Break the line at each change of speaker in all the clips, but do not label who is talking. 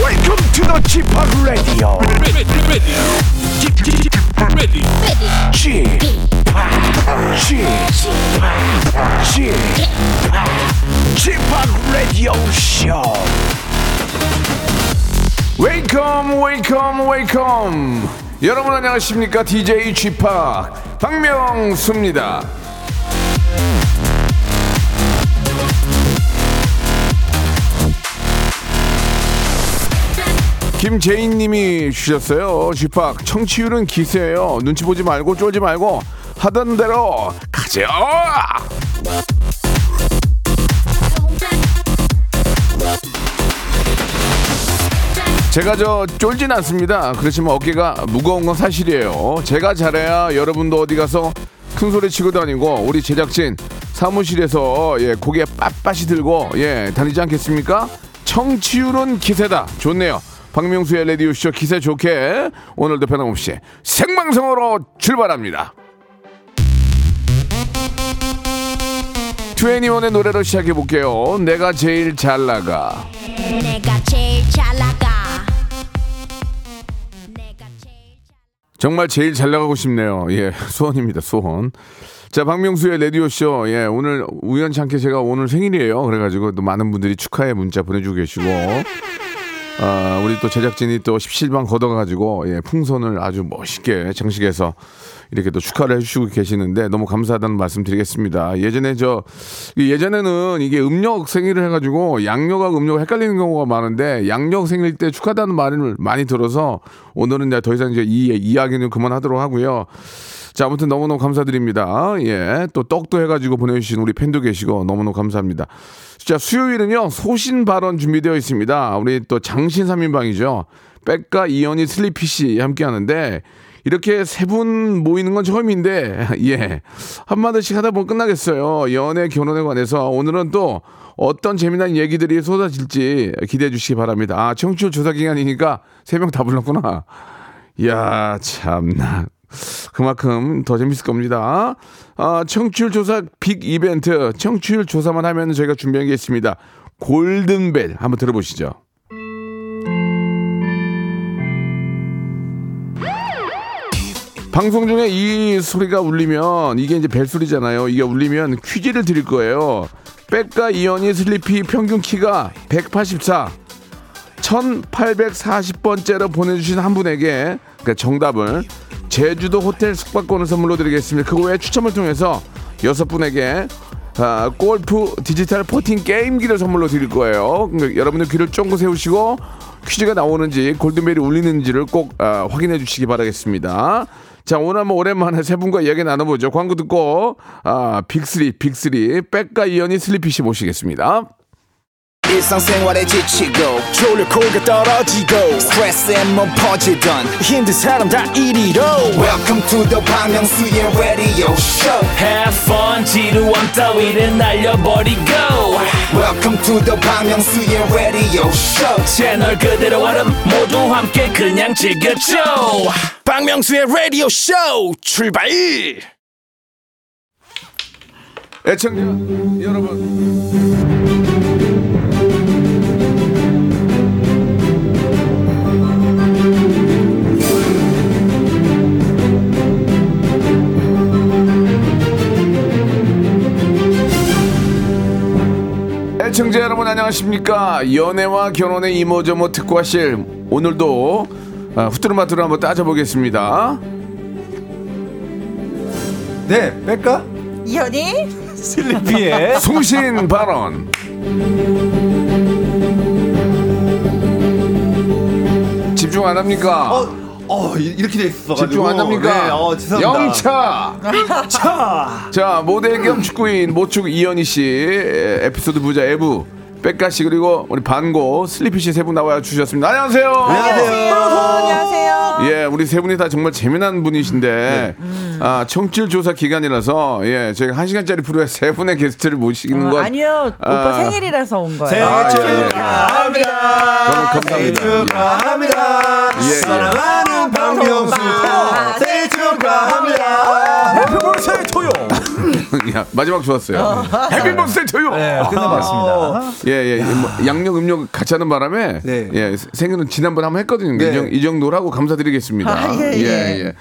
Welcome to the g p o p Radio.
ready, ready, ready, ready.
g p o p G-POP, g p o p Radio Show. Welcome, welcome, welcome. 여러분 안녕하십니까? DJ g p o p 박명수입니다. 김재인 님이 주셨어요. 쥐팍, 청취율은 기세예요. 눈치 보지 말고 쫄지 말고 하던 대로 가죠. 제가 저 쫄진 않습니다. 그렇지만 어깨가 무거운 건 사실이에요. 제가 잘해야 여러분도 어디 가서 큰 소리 치고 다니고 우리 제작진 사무실에서 예 고개 빳빳이 들고 예 다니지 않겠습니까? 청취율은 기세다. 좋네요. 박명수의 레디오 쇼 기세 좋게 오늘도 변함없이 생방송으로 출발합니다. 21의 노래로 시작해 볼게요. 내가 제일 잘 나가.
내가 제일 잘 나가. 내가 제일 잘
정말 제일 잘 나가고 싶네요. 예, 수원입니다, 수원. 자, 박명수의 라디오쇼. 예, 오늘 우연치 않게 제가 오늘 생일이에요. 그래가지고 또 많은 분들이 축하의 문자 보내주고 계시고. 아, 우리 또 제작진이 또 17방 걷어가지고, 예, 풍선을 아주 멋있게 장식해서 이렇게 또 축하를 해주시고 계시는데 너무 감사하다는 말씀 드리겠습니다. 예전에 저, 예전에는 이게 음력 생일을 해가지고 양력하고 음력 헷갈리는 경우가 많은데 양력 생일 때 축하하다는 말을 많이 들어서 오늘은 이제 더 이상 이제 이 이야기는 그만하도록 하고요. 자, 아무튼 너무너무 감사드립니다. 예. 또 떡도 해가지고 보내주신 우리 팬도 계시고 너무너무 감사합니다. 자, 수요일은요, 소신 발언 준비되어 있습니다. 우리 또 장신 3인방이죠. 백과 이현이 슬리피 씨 함께 하는데, 이렇게 세 분 모이는 건 처음인데, 예. 한마디씩 하다 보면 끝나겠어요. 연애, 결혼에 관해서 오늘은 또 어떤 재미난 얘기들이 쏟아질지 기대해 주시기 바랍니다. 아, 청취율 조사 기간이니까 세 명 다 불렀구나. 이야, 참나. 그만큼 더 재밌을 겁니다. 아, 청취율 조사 빅 이벤트. 청취율 조사만 하면 저희가 준비한 게 있습니다. 골든벨. 한번 들어보시죠. 방송 중에 이 소리가 울리면 이게 이제 벨소리잖아요. 이게 울리면 퀴즈를 드릴 거예요. 백과 이현이 슬리피 평균 키가 184. 1840번째로 보내주신 한 분에게 그 정답을 제주도 호텔 숙박권을 선물로 드리겠습니다. 그 외에 추첨을 통해서 여섯 분에게 아, 골프 디지털 포팅 게임기를 선물로 드릴 거예요. 그러니까 여러분들 귀를 쫑긋 세우시고 퀴즈가 나오는지 골든벨이 울리는지를 꼭 아, 확인해 주시기 바라겠습니다. 자 오늘 한번 오랜만에 세 분과 이야기 나눠보죠. 광고 듣고 아, 빅스리 빅스리 백과 이현이 슬리피 씨 모시겠습니다.
일상생활에 지치고, 졸려 코가 떨어지고, 스트레스에 몸 퍼지던, 힘든 사람 다 이리로. welcome to the Bang Myung-soo's radio show
Have fun 지루함 따위를 날려버리고
welcome to the Bang Myung-soo's radio show
채널 그대로 얼음 모두 함께 그냥 즐겨줘
박명수의 radio show 출발
애청자 여러분 애청자 여러분 안녕하십니까 연애와 결혼의 이모저모 특과실 오늘도 아, 후뚜루마뚜루 한번 따져보겠습니다
네, 뺄까?
이현이
슬리피의
송신 발언. 집중 안 합니까?
어, 어 이- 이렇게 돼 있어 가지고
집중 안 합니까?
네, 어, 죄송합니다.
영차. 자 모델 겸 축구인 모축 이현희 씨 에, 에피소드 부자 에부 백가 씨 그리고 우리 반고 슬리피 씨 세 분 나와 주셨습니다. 안녕하세요.
어, 안녕하세요.
예, 우리 세 분이 다 정말 재미난 분이신데, 아, 청취율 조사 기간이라서, 예, 저희가 한 시간짜리 프로에 세 분의 게스트를 모시는 건.
어, 아니요
아.
오빠 생일이라서 온 거예요.
아, 예, 예.
감사합니다.
너무
네,
감사합니다.
생일 축하합니다.
예, 예.
사랑하는 박명수.
박명수.
생일 축하합니다. 해피 벌 생일 토요.
아니야. 예, 마지막 좋았어요. 해피버스에 저요.
네, 끝내봤습니다.
예, 예. 뭐 양력 음력 같이 하는 바람에
네.
예, 생일은 지난번에 한번 했거든요.
네.
이, 정, 이 정도라고 감사드리겠습니다.
아, 예, 예.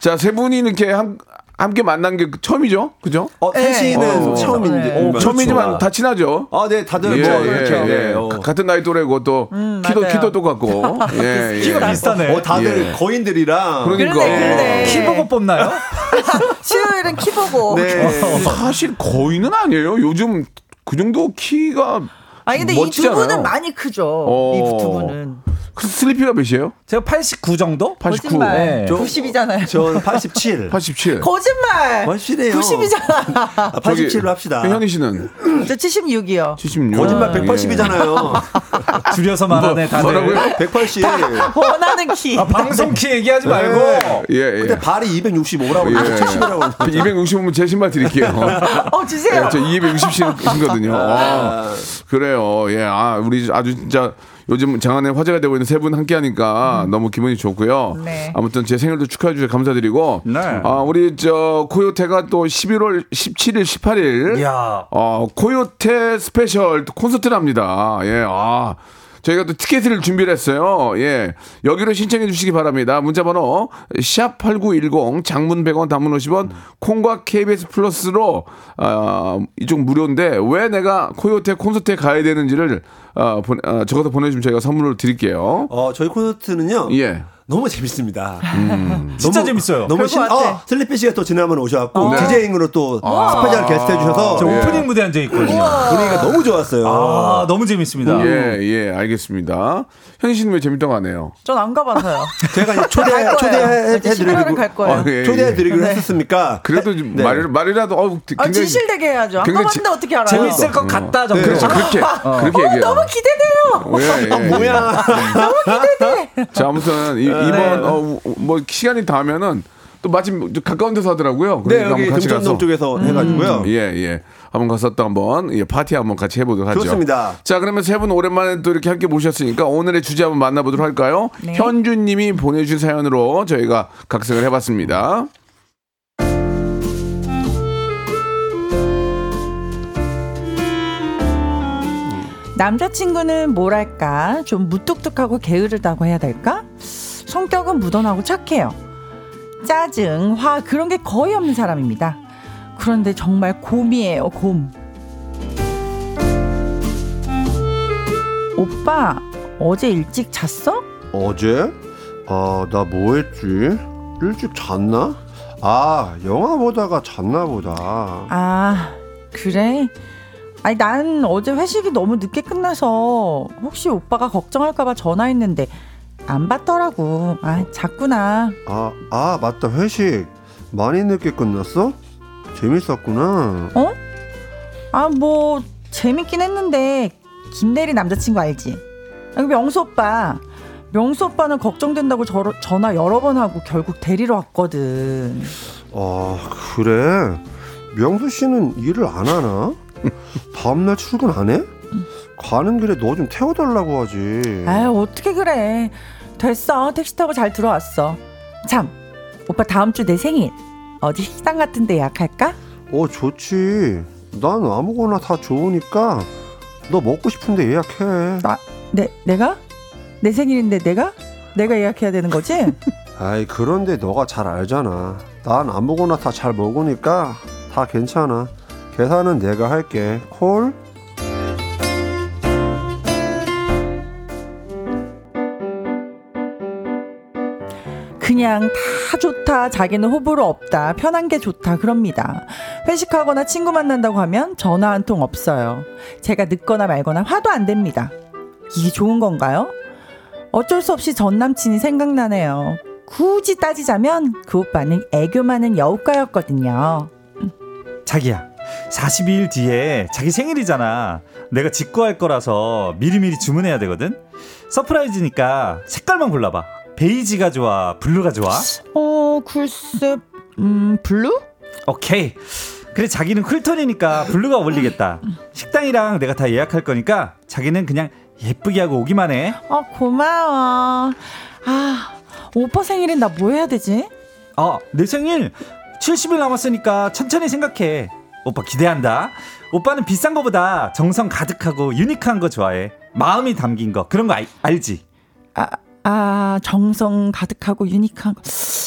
자, 세 분이 이렇게 함, 함께 만난 게 처음이죠? 그죠?
어,
네.
셋이는
어,
처음인데.
네.
어,
처음이지만 다 친하죠?
아, 네, 다들
예,
뭐,
예,
이렇게.
예.
네, 어.
가- 같은 나이 또래고 또 키도
맞아요.
키도 똑같고 예, 예.
키가 비슷하네.
어, 다들
예.
거인들이랑.
그러니까.
그런데 그런데
키 보고 뽑나요?
수요일은 키 보고.
네.
어. 예. 사실 거의는 아니에요. 요즘 그 정도 키가
아 근데 이 두
멋지잖아요.
분은 많이 크죠. 이 두
어.
분은
그 슬리피가 몇이에요?
제가 89 정도?
89.
거짓말.
네.
저-
90이잖아요.
전 87.
87.
거짓말.
확실해요.
90이잖아.
아,
저기,
87로 합시다.
현희 씨는
저 76이요.
76.
거짓말
예.
180이잖아요.
줄여서 말하네, 다들.
뭐라고요?
180.
원하는 키.
아, 방송 키 얘기하지 말고.
예, 예.
근데 발이 265라고
예.
270이라고.
265면 제 신발 드릴게요.
어 주세요. 아.
예, 저 260신거든요. 아, 그래요. 예, 아, 우리 아주 진짜 요즘 장안에 화제가 되고 있는 세 분 함께 하니까 너무 기분이 좋고요.
음. 네.
아무튼 제 생일도 축하해 주셔서 감사드리고.
네.
아, 우리 저 코요테가 또 11월 17일, 18일.
이야.
어, 코요테 스페셜 콘서트를 합니다. 예, 아. 저희가 또 티켓을 준비를 했어요. 예. 여기로 신청해 주시기 바랍니다. 문자번호, 샵8910, 장문 100원, 단문 50원, 콩과 KBS 플러스로, 아, 이쪽 무료인데, 왜 내가 코요테 콘서트에 가야 되는지를, 어, 보내, 어, 적어서 보내주시면 저희가 선물로 드릴게요.
어, 저희 콘서트는요.
예. 음.
너무 재밌습니다.
진짜 재밌어요.
너무
그럴
신,
것 같아.
어, 슬리피 씨가 또 지난번에 오셔갖고,
네.
디제잉으로 또 스페셜 게스트 해주셔서
저
예.
오프닝 무대 앉아 있거든요.
분위기가 너무 좋았어요.
아, 너무 재밌습니다.
예, 예, 알겠습니다. 현희 씨는 왜 재밌다고 안 해요?
전 안 가봐서요.
제가 이제 네, 초대,
갈 거예요.
초대해드리고, 그
시간을 갈 거예요.
아, 예, 예.
초대해드리고 했었으니까.
그래도 말, 말이라도, 어,
아
굉장히.
진실되게 해야죠. 안
굉장히
가봤는데 어떻게 알아요?
재밌을 것 같다
네.
정도.
그렇죠.
아,
그렇게, 그렇게 얘기해요.
너무 기대돼요.
예, 예,
어, 뭐야. 네.
자, 아무튼 이, 이번 어, 뭐 시간이 닿으면은 또 마침 가까운 데서 하더라고요.
네,
그러니까
여기 금천동 쪽에서 해가지고요.
예, 예. 한번 가서 또 한번 예, 파티 한번 같이 해보도록 하죠.
좋습니다.
자, 그러면 세 분 오랜만에 또 이렇게 함께 모셨으니까 오늘의 주제 한번 만나보도록 할까요?
네.
현주님이 보내주신 사연으로 저희가 각색을 해봤습니다.
남자친구는 뭐랄까 좀 무뚝뚝하고 게으르다고 해야 될까? 성격은 무던하고 착해요. 짜증, 화 그런 게 거의 없는 사람입니다. 그런데 정말 곰이에요, 곰. 오빠, 어제 일찍 잤어?
어제? 아, 나 뭐 했지? 일찍 잤나? 아, 영화 보다가 잤나 보다.
아, 그래? 아니, 난 어제 회식이 너무 늦게 끝나서 혹시 오빠가 걱정할까봐 전화했는데 안 받더라고. 아, 잤구나.
아, 아, 맞다. 회식. 많이 늦게 끝났어? 재밌었구나.
어? 아, 뭐, 재밌긴 했는데, 김대리 남자친구 알지? 아, 그 명수 오빠. 명수 오빠는 걱정된다고 저, 전화 여러 번 하고 결국 데리러 왔거든.
아, 그래. 명수 씨는 일을 안 하나? 다음날 출근 안 해? 가는 길에 너 좀 태워달라고 하지.
아유, 어떻게 그래. 됐어. 택시 타고 잘 들어왔어. 참, 오빠 다음 주 내 생일. 어디 식당 같은 데 예약할까?
어, 좋지. 난 아무거나 다 좋으니까 너 먹고 싶은데 예약해.
아, 네, 내, 내가? 내 생일인데 내가? 내가 예약해야 되는 거지?
아이 그런데 너가 잘 알잖아. 난 아무거나 다 잘 먹으니까 다 괜찮아. 계산은 내가 할게. 콜?
그냥 다 좋다 자기는 호불호 없다 편한 게 좋다 그럽니다 회식하거나 친구 만난다고 하면 전화 한 통 없어요 제가 늦거나 말거나 화도 안 됩니다 이게 좋은 건가요? 어쩔 수 없이 전 남친이 생각나네요 굳이 따지자면 그 오빠는 애교 많은 여우과였거든요
자기야. 42일 뒤에 자기 생일이잖아. 내가 직구할 거라서 미리미리 주문해야 되거든. 서프라이즈니까 색깔만 골라봐. 베이지가 좋아, 블루가 좋아.
어 글쎄 음 블루?
오케이. 그래 자기는 쿨톤이니까 블루가 어울리겠다. 식당이랑 내가 다 예약할 거니까 자기는 그냥 예쁘게 하고 오기만 해.
어 고마워 아 오빠 생일엔 나 뭐 해야 되지?
어, 아, 내 생일 70일 남았으니까 천천히 생각해. 오빠 기대한다. 오빠는 비싼 거보다 정성 가득하고 유니크한 거 좋아해. 마음이 담긴 거 그런 거 알, 알지?
아, 아 정성 가득하고 유니크한 거.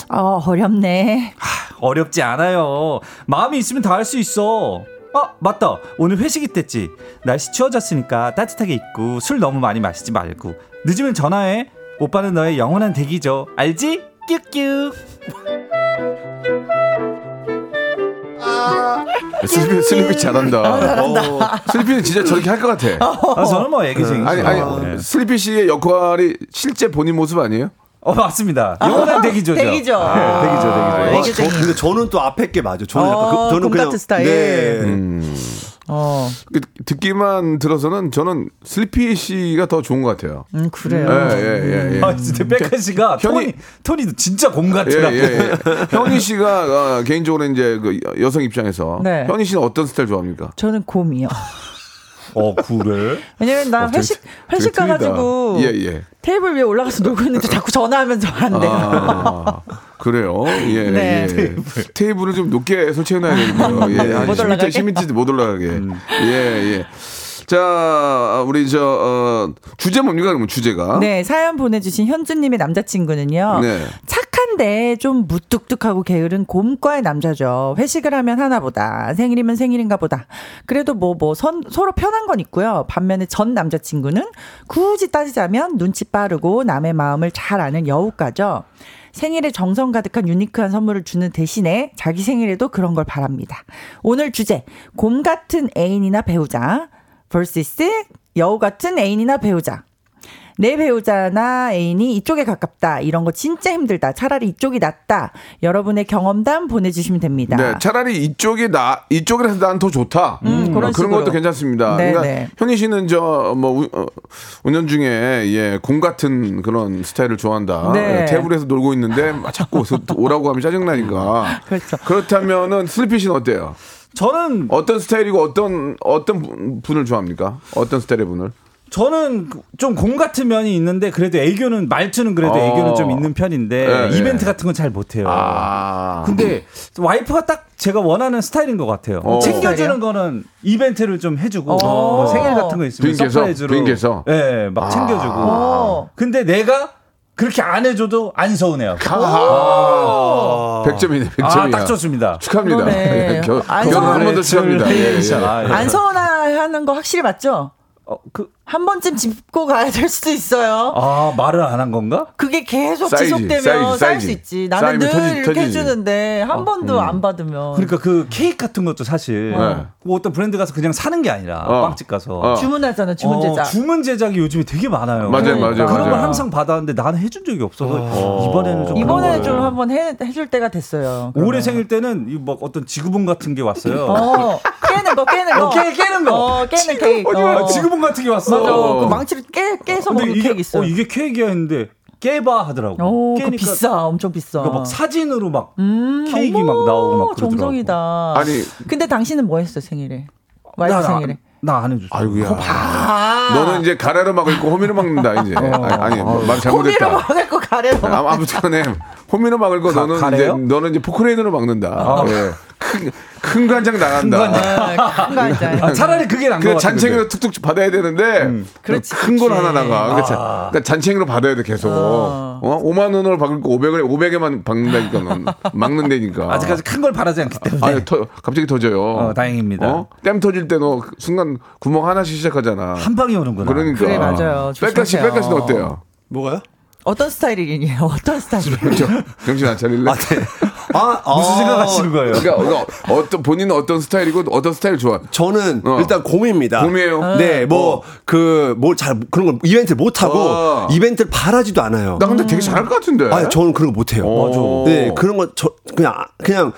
어, 어렵네.
어렵지 않아요. 마음이 있으면 다 할 수 있어. 아, 맞다. 오늘 회식 있댔지. 날씨 추워졌으니까 따뜻하게 입고 술 너무 많이 마시지 말고. 늦으면 전화해. 오빠는 너의 영원한 대기죠. 알지? 뀨뀨.
슬피 슬피
아,
잘한다.
어.
슬피는 진짜 저렇게 할 것 같아.
아, 저는 뭐 애기쟁이죠.
그렇죠.
아니 아니
네.
슬피 씨의 역할이 실제 본인 모습 아니에요?
어, 맞습니다. 영원한 대기조죠.
대기죠, 대기죠.
네,
대기죠. 아,
어, 저,
애기쟁이.
근데 저는 또 앞에 게 맞아. 저는 약간
어,
그, 저는 그냥
곰같은 스타일.
네.
어,
그- 듣기만 들어서는 저는 슬피 씨가 더 좋은 것 같아요.
음, 그래요.
예예예 예.
아, 진짜 백한 씨가
현이-
톤이 톤이 진짜 곰
음. 예,
같더라.
예, 예. 현희 씨가 어, 개인적으로 이제 그 여- 여성 입장에서
네.
현희 씨는 어떤 스타일 좋아합니까?
저는 곰이요.
어, 그래?
왜냐면 나
되게-
회식 회식
되게 틀리다.
가가지고
예, 예.
테이블 위에 올라가서 놀고 있는데 자꾸 전화하면 저안 돼요.
아, 그래요? 예,
네. 아,
예. 테이블을 좀 높게 설치해놔야 되겠네요. 예, 한
못
10m,
올라가게? 음.
10m 못 올라가게. 예, 예. 자, 아, 우리 저, 어, 주제 뭡니까, 그러면 주제가?
네 사연 보내주신 현주님의 남자친구는요.
아. 네.
착한데 좀 무뚝뚝하고 게으른 곰과의 남자죠. 회식을 하면 하나보다 생일이면 생일인가 보다. 그래도 뭐 뭐 서로 편한 건 있고요. 반면에 전 남자친구는 굳이 따지자면 눈치 빠르고 남의 마음을 잘 아는 여우가죠. 생일에 정성 가득한 유니크한 선물을 주는 대신에 자기 생일에도 그런 걸 바랍니다. 오늘 주제 곰 같은 애인이나 배우자 vs 여우 같은 애인이나 배우자. 내 배우자나 애인이 이쪽에 가깝다. 이런 거 진짜 힘들다. 차라리 이쪽이 낫다. 여러분의 경험담 보내주시면 됩니다.
네, 차라리 이쪽이 나 이쪽이라서 난 더 좋다.
음, 그런
어, 그런
식으로.
것도 괜찮습니다.
네,
그러니까
네.
현희 씨는 저뭐 어, 운전 중에 예, 공 같은 그런 스타일을 좋아한다.
네.
예, 테이블에서 놀고 있는데 막 자꾸 서- 오라고 하면 짜증 나니까.
그렇죠.
그렇다면은 슬피 씨는 어때요?
저는
어떤 스타일이고 어떤 어떤 분- 분을 좋아합니까? 어떤 스타일의 분을?
저는 좀 곰 같은 면이 있는데 그래도 애교는 말투는 그래도
어.
애교는 좀 있는 편인데
예, 예.
이벤트 같은 건 잘 못해요.
아,
근데 와이프가 딱 제가 원하는 스타일인 것 같아요.
어.
챙겨주는 거는 이벤트를 좀 해주고
어.
뭐 생일 같은 거 있으면
부인께서?
서프라이즈로
부인께서? 아.
예, 막 챙겨주고.
어.
근데 내가 그렇게 안 해줘도 안 서운해요.
아, 100점이네, 100점이야.
아, 딱 좋습니다.
축하합니다.
그러네.
예, 결,
안
예. 결혼 한 번 더 축하합니다. 예, 예.
아, 예.
안 서운하는 거 확실히 맞죠?
어, 그,
한 번쯤 짚고 가야 될 수도 있어요.
아, 말을 안 한 건가?
그게 계속
쌓이지,
지속되면
쌓이지,
쌓일 수
쌓이지.
있지. 나는 늘
쌓이면 터지-
이렇게
터지지.
해주는데 한 번도 안 받으면
그러니까 그 케이크 같은 것도 사실
네.
뭐 어떤 브랜드 가서 그냥 사는 게 아니라
어.
빵집 가서
어.
주문하잖아 주문 제작.
어, 주문 제작이 요즘에 되게 많아요. 네.
맞아요, 맞아요,
그런 걸
맞아요.
항상 받았는데 나는 해준 적이 없어서 이번에는 좀
이번에
그런
좀
거를.
한번 해, 해줄 때가 됐어요. 그러면.
올해 생일 때는 이 막 어떤 지구본 같은 게 왔어요.
어 깨는 거 깨는 거
어, 깨- 깨는 거.
어, 깨는 케이크.
아,
어.
지구본 같은 게 왔어.
맞아.
어.
그 망치를 깨, 깨서
근데
먹는
이게
케이크 있어요.
어, 이게 케이크야 했는데 깨봐 하더라고.
오, 어, 그거
깨니까
비싸. 엄청 비싸.
그러니까 막 사진으로 막
음,
케이크
어머,
막 나오고 막 그러더라고.
정성이다.
아니,
근데 당신은 뭐 했어, 생일에? 와이프 생일에.
나안 해줬어.
아이고야.
아.
너는 이제 가래로 막 있고 호미로 막는다 이제 아니, 아니 말
호미로
잘못했다
먹을 거 가래로.
아, 아무튼간에 호미로 막을 거
가-
너는 이제
가래요?
너는 이제 포크레인으로 막는다 예. 큰, 큰 간장 나간다
큰거 있잖아요.
아, 차라리 그게 난거
그
같아.
잔챙이로 툭툭 받아야 되는데
음.
그렇지,
큰 걸
그렇지.
하나 나가 그러니까 자-
아.
그러니까 잔챙이로 받아야 돼 계속
어.
어. 5만 원으로 박을 거 500에 500에만 박는다니까 넌 막는 데니까
아직까지 큰 걸 바라지 않기 때문에.
아니, 터- 갑자기 터져요
어, 다행입니다.
땜 터질 때 너 순간 구멍 하나씩 시작하잖아
한 방에 오는구나.
그러니까.
그래, 맞아요.
백가씨,
조심하세요.
백가씨는 어때요?
뭐가요?
어떤 스타일이에요? 어떤 스타일이에요?
정신, 정신 안 차릴래?
아,
아, 아,
어.
무슨 생각하시는 거예요?
그러니까, 그러니까 어떤 본인은 어떤 스타일이고 어떤 스타일 좋아?
저는
어.
일단 곰입니다.
곰이에요?
네, 뭐, 그, 뭘 잘, 그런 걸 이벤트 못 하고,
어.
이벤트를 바라지도 않아요.
나
음.
근데 되게 잘할 것 같은데.
아, 저는 그런 거 못 해요.
오. 맞아.
네, 그런 거, 저, 그냥, 그냥,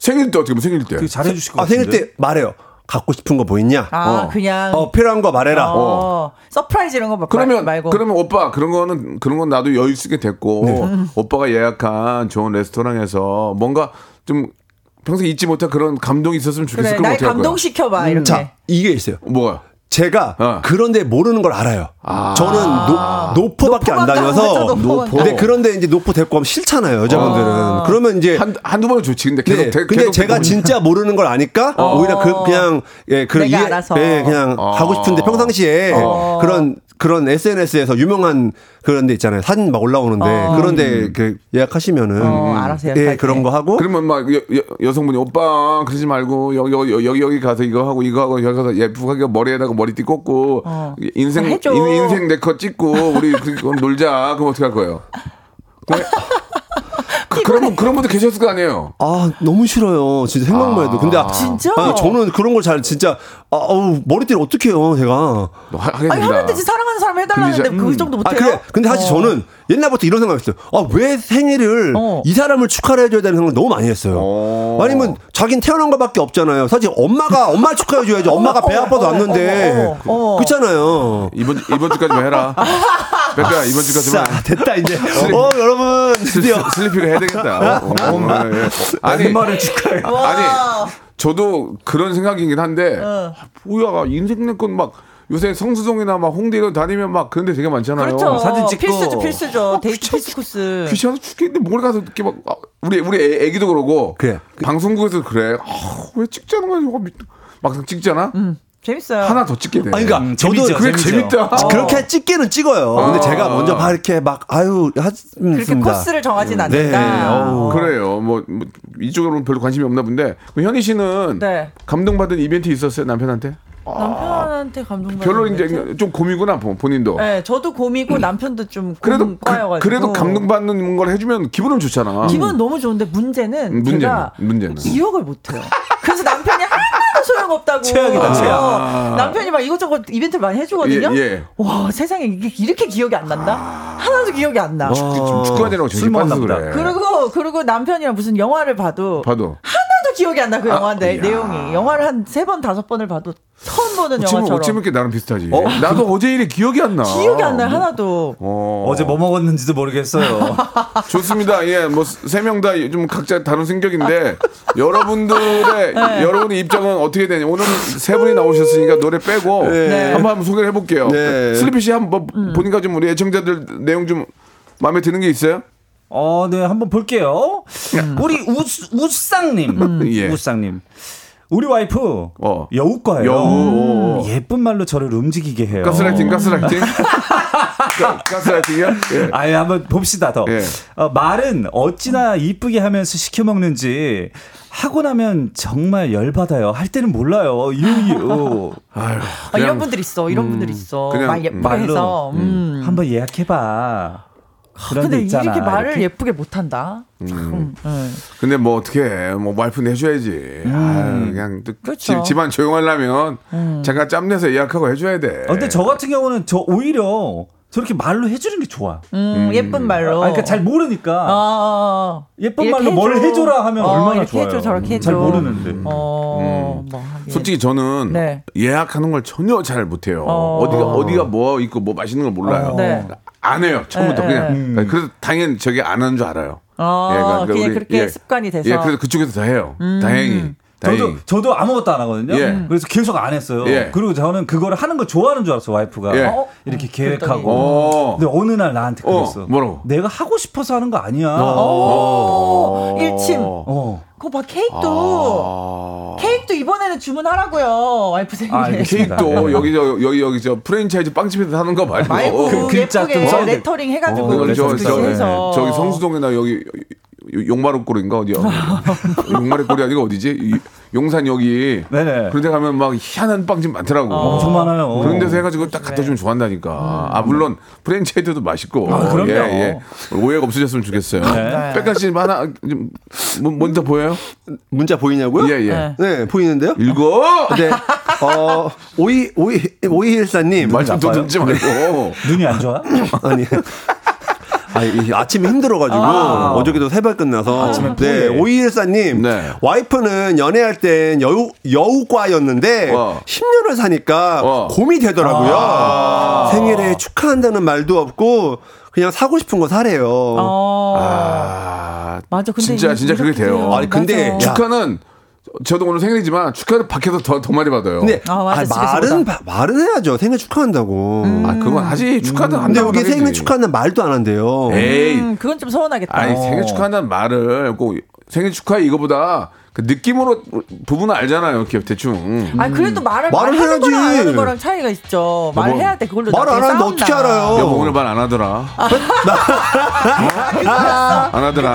생일 때 어떻게 보면 생일 때.
되게 그 잘해주실 것
아, 생일
같은데.
때 말해요. 갖고 싶은 거 뭐 있냐?
아, 그냥.
어, 필요한 거 말해라.
어, 서프라이즈 이런 거 말-
그러면
말고.
그러면 오빠 그런 거는 그런 건 나도 여유 있게 됐고
네.
오빠가 예약한 좋은 레스토랑에서 뭔가 좀 평생 잊지 못할 그런 감동이 있었으면 음, 좋겠어.
그래,
그럼
날
어떻게 할 거야?
감동시켜봐, 이렇게.
자, 이게 있어요.
뭐야?
제가
어.
그런데 모르는 걸 알아요. 저는 노, 노포밖에 안
노포밖에 안
다녀서
하죠, 노포밖에.
근데 그런데 이제 노포 데리고 가면 싫잖아요, 여자분들은. 그러면 이제
한, 한두 번은 좋지. 근데 계속,
네,
대-
근데
계속
제가
보니까.
진짜 모르는 걸 아니까 오히려 그 그냥 예 그런
내가
이해
알아서.
예 그냥
어.
가고 싶은데 평상시에
어.
그런 그런 SNS에서 유명한 그런 데 있잖아요 사진 막 올라오는데
어.
음.
그런데 그 예약하시면은
어, 알아서
예
예약할게.
그런 거 하고
그러면 막 여, 성분이 오빠 그러지 말고 여기 여기 여기, 여기 가서 이거 하고 이거 하고 여기 가서 예쁘게 머리에다가 머리띠 꽂고
어.
인생
해줘.
인, 인생 네컷 찍고 우리 그- 그건 놀자 그럼 어떻게 할 거예요? 왜? 그, 그런 분 그런 분도 계셨을 거 아니에요.
아 너무 싫어요 진짜 생각만 해도 근데 아,
진짜?
아, 저는 그런 걸 잘 진짜 아 어우, 머리띠를 어떻게 해요 제가
너 하, 하게
아니 하면
된다. 음.
되지 사랑하는 사람 해달라는데
근데 이제-
그 정도
아
못해요?
그래 근데 사실
어.
저는 옛날부터 이런 생각했어요 아 왜 생일을
어.
이 사람을 축하를 해줘야 되는 생각을 너무 많이 했어요
어.
아니면 자긴 태어난 것밖에 없잖아요 사실 엄마가 엄마 축하해줘야지 엄마가 배
어머,
아파도
어머,
왔는데
어머, 어머, 어머.
그렇잖아요
이번 이번 주까지만 해라. 백가 이번 주까지만. 뭐
자 됐다 이제 어 여러분 드디어
슬리피를 해야 되겠다. 어, 어, 어, 예. 아니
엄마를 축하해.
아니 저도 그런 생각이긴 한데 아, 뭐야 인생 내건 막 요새 성수동이나 막 홍대 이런 데 다니면 막 그런 데 되게 많잖아요.
그렇죠.
어, 사진 찍고.
필수죠, 필수죠. 데이트 필수 코스.
어, 귀찮아 죽겠는데 뭘 가서 이렇게 막 아, 우리 우리 애, 기도 그러고
그래.
방송국에서 그래 아, 왜 찍자는 거야 이거 미- 막상 찍잖아
재밌어요.
하나 더 찍게 돼. 어.
아니 그러니까
음,
저도
재밌죠,
그게
그게
재밌죠.
재밌다.
어.
그렇게 찍기는 찍어요
아.
근데 제가 먼저 막 이렇게 막 아유
그렇게
했습니다
코스를 정하진
음.
네,
않는다.
어우,
어.
그래요. 뭐, 뭐 이쪽으로는 별로 관심이 없나 본데 그럼 현희 씨는
네. 아,
감동받은 이벤트 있었어요 남편한테?
남편한테 감동받는.
별로
거죠?
이제 좀 고민구나 본- 본인도.
네, 저도 곰이고 남편도 좀
그래도
곰과여가지고. 음.
그, 래도 감동받는 걸 해주면 기분은 좋잖아. 음.
기분 너무 좋은데 문제는
문제는,
제가
문제는.
기억을 못해요. 그래서 남편이 하나도 소용없다고.
최악이다, 최악. 아.
어, 남편이 막 이것저것 이벤트를 많이 해주거든요.
예, 아. 예.
와 세상에 이게 이렇게 기억이 안 난다? 하나도 기억이 안 나.
좀 축구가 되라고
어, 술
정신 빠져서
먹었나
그래.
그리고 그리고 남편이랑 무슨 영화를 봐도
봐도
하나도 기억이 안 나 그 영화
아,
내,
이야.
내용이 영화를 한 세 번 다섯 번을 봐도 처음 보는
어찌면
영화처럼
어찌면 이렇게 나랑 뭐 비슷하지. 나도 어제 일이 기억이 안 나.
기억이 안 나요
뭐
하나도
어.
어제 뭐 먹었는지도 모르겠어요.
좋습니다. 예, 뭐 세 명 다 좀 각자 다른 성격인데 여러분들의
네.
여러분의 입장은 어떻게 되냐? 오늘 세 분이 나오셨으니까 노래 빼고
네.
한번 한번 소개를 해볼게요.
네.
슬리피 씨 한번 뭐
음.
보니까 좀 우리 애청자들 내용 좀 마음에 드는 게 있어요?
어, 네, 한번 볼게요. 우리 우, 우쌍님.
음. 예.
우쌍님. 우리 와이프,
어.
여우과예요.
여우.
음, 예쁜 말로 저를 움직이게 해요.
가스라이팅, 가스라이팅. 가- 가스라이팅이야? 예.
아예 한번 봅시다 더.
예.
어, 말은 어찌나 이쁘게 하면서 시켜 먹는지 하고 나면 정말 열받아요. 할 때는 몰라요. 유유.
아, 이런
그냥- 음,
분들 있어 이런 분들 있어
그냥
말 예쁘게
말로.
해서 음.
한번 예약해봐. 그런
근데
데 있잖아.
이렇게 말을
이렇게.
예쁘게 못한다 참 음.
근데 뭐 어떻게 해. 뭐 와이프는 해줘야지. 아유, 그냥 또
그렇죠. 음.
집, 집안 조용하려면 잠깐 짬내서 예약하고 해줘야 돼.
어, 근데 저 같은 경우는 저 오히려 저렇게 말로 해주는 게 좋아.
음, 예쁜 말로
아, 그러니까 잘 모르니까.
어,
예쁜
이렇게
말로 뭘 해줘라 하면
어,
얼마나
이렇게
좋아요.
해줘, 저렇게
음,
해줘.
잘 모르는데.
어, 뭐 하긴.
음. 예. 솔직히 저는
네.
예약하는 걸 전혀 잘 못해요.
어.
어. 디가 어디가 뭐 있고 뭐 맛있는 걸 몰라요.
어. 네.
안 해요 처음부터
네,
그냥.
네.
그러니까 그래서 당연히 저게 안 하는 줄 알아요.
어, 그냥
예, 그러니까 우리-
그렇게 습관이 돼서. 음.
예, 그래서 그쪽에서 다 해요. 다행히. 다행히.
저도 저도 아무것도 안 하거든요.
예.
음. 그래서 계속 안 했어요.
예.
그리고 저는 그거를 하는 걸 좋아하는 줄 알았어 와이프가
예.
어? 이렇게 계획하고.
어.
근데 어느 날 나한테
어,
그랬어.
뭐라고?
내가 하고 싶어서 하는 거 아니야.
어, 일침.
아.
아.
어.
그거 봐, 케이크도. 케이크도 이번에는 주문하라고요, 와이프
아,
생일에.
알겠습니다.
케이크도
네.
여기 저 여기 여기 저 프랜차이즈 빵집에서 사는 거 말고.
말고
그- 그-
글자 좀
예쁘게
써야 돼.
레터링
어,
해가지고
네,
그걸 저,
그렇게
저,
해서.
저기 성수동이나 여기 용마루골인가 어디야? 용마루골이 아니고 어디지? 이- 용산 여기.
네네. 어,
그런데 가면 막 희한한 빵집 많더라고.
엄청 많아요. 네. 음.
그런 데서 해가지고 딱 갖다 주면 좋아한다니까. 아 물론 프랜차이즈도 맛있고.
아, 그럼요.
예, 예. 오해가 없으셨으면 좋겠어요.
네.
백가씨 하나 좀 뭐- 먼저 보여요?
문자
뭐?
보이냐고요?
예예.
네.
네 보이는데요?
읽어.
아,
네. 어, 오이, 오이, 오이일사님.
말좀
나빠요?
더듬지 말고.
눈이 안 좋아?
아니. 아, 이 아침에 힘들어가지고 어저께도 새벽 끝나서 네 오이일사님
네.
와이프는 연애할 땐 여우 여우과였는데
와.
10년을 사니까
와. 아.
곰이 되더라고요 생일에 축하한다는 말도 없고 그냥 사고 싶은 거 사래요
어,
아
맞아. 근데
진짜
이-
진짜 그게
이렇게
돼요.
아니, 근데
맞아.
야.
축하는 저도 오늘 생일이지만 축하를 밖에서 더, 더 많이 받아요.
네.
근데
아, 맞아,
아,
집에서
말은 바- 말은 해야죠. 생일 축하한다고.
아, 그건 하지. 축하도 안
근데
하고
여기
하겠지.
생일 축하는 말도 안 한대요.
에이.
음, 어. 그건 좀 서운하겠다.
아니, 생일 축하한다는 말을 꼭 생일 축하해 이거보다 그 느낌으로 부분은 알잖아요. 이렇게 대충.
아니, 그래도 말을
음. 말을
말하는 거랑 안
해야지.
하는 거랑 차이가 있죠. 말해야 돼. 그걸로
말을 안
나중에
하는데 어떻게
싸운다.
알아요?
여보, 오늘 말 안 하더라. 어? 안 하더라.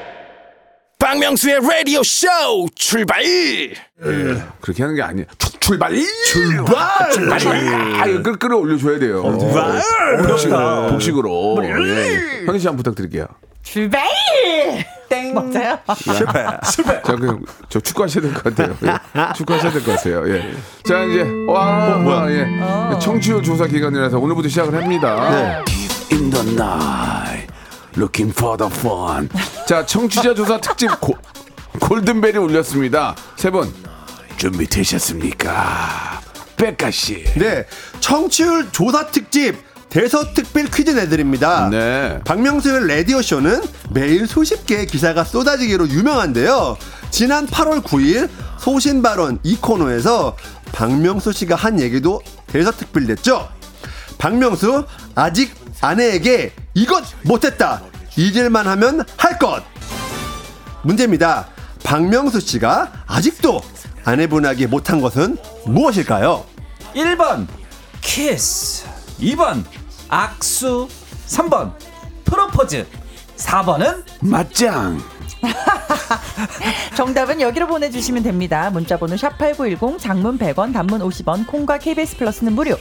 박명수의 라디오 쇼 출발.
그렇게 하는 게 아니에요. 출- 출발! 출발! 아, 이거 끌, 끌어올려줘야 돼요.
어렵다.
복식으로. 예. 현희 씨 한번 부탁드릴게요.
출발! 땡. 맞아요?
자, 그냥 저 축구하셔야 될 것 같아요. 예. 축구하셔야 될 것 같아요. 예. 자, 이제, 와, 뭐야, 예. 청취율 조사 기간이라서 오늘부터 시작을 합니다. In the night, looking for the fun. 자, 청취자 조사 특집 고- 골든벨이 울렸습니다. 세 분, 준비되셨습니까? 백가씨.
네, 청취율 조사 특집 대서 특별 퀴즈 내드립니다.
네.
박명수의 라디오 쇼는 매일 수십 개의 기사가 쏟아지기로 유명한데요. 지난 8월 9일 소신 발언 이 코너에서 박명수 씨가 한 얘기도 대서 특별됐죠. 박명수 아직 아내에게 이것 못했다. 잊을만 하면 할 것. 문제입니다. 박명수 씨가 아직도 아내분에게 못한 것은 무엇일까요?
1번 키스 2번 악수 3번 프로포즈 4번은
맞짱.
정답은 여기로 보내주시면 됩니다. 문자번호 샵8910, 장문 100원, 단문 50원, 콩과 KBS 플러스는 무료.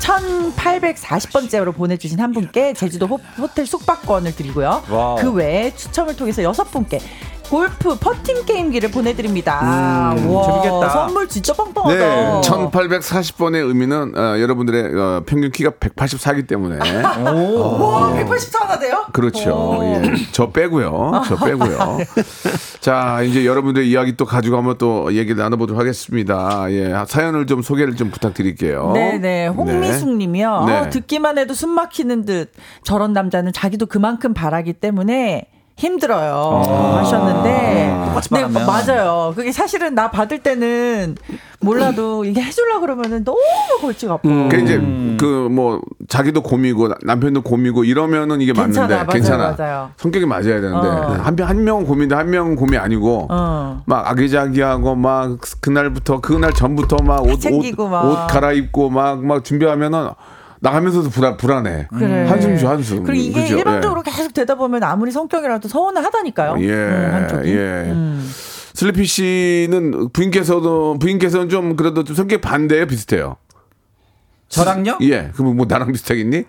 1840번째로 보내주신 한 분께 제주도 호, 텔 숙박권을 드리고요.
와우.
그 외에 추첨을 통해서 여섯 분께 골프 퍼팅 게임기를 보내드립니다.
음,
와,
재밌겠다.
선물 진짜
네.
빵빵하다.
1840번의 의미는 어, 여러분들의 어, 평균 키가 184이기 때문에
와, 184 하나 돼요? 어.
그렇죠. 예. 저 빼고요. 저
아.
빼고요. 자, 이제 여러분들의 이야기 또 가지고 한번 또 얘기 나눠보도록 하겠습니다. 예, 사연을 좀 소개를 좀 부탁드릴게요.
네네 홍미숙님이요.
어? 네.
어, 듣기만 해도 숨 막히는 듯 저런 남자는 자기도 그만큼 바라기 때문에 힘들어요
아.
하셨는데
똑같이
네
바라면.
맞아요. 그게 사실은 나 받을 때는 몰라도 이게 해주려 그러면은 너무 골치가 아파.
그 이제
음.
그 뭐 자기도 곰이고 나- 남편도 곰이고 이러면은 이게
괜찮아,
맞는데
맞아요,
괜찮아
맞아요.
성격이 맞아야 되는데
어.
한 명 한 명은 곰인데 한 명은 곰이 아니고
어.
막 아기자기하고 막 그날부터 그날 전부터 막 옷 옷
챙기고 막.
갈아입고 막 막 준비하면은 나가면서도 불안 불안해
그래.
한숨이죠 한숨
그리고 이게
그죠?
일반적으로 계속 되다 보면 아무리 성격이라도 서운을 하다니까요.
예,
음, 한쪽이.
예. 슬리피 씨는 부인께서도 부인께서는 좀 그래도 좀 성격 반대예요, 비슷해요.
저랑요?
예, 그럼 뭐 나랑 비슷하겠니?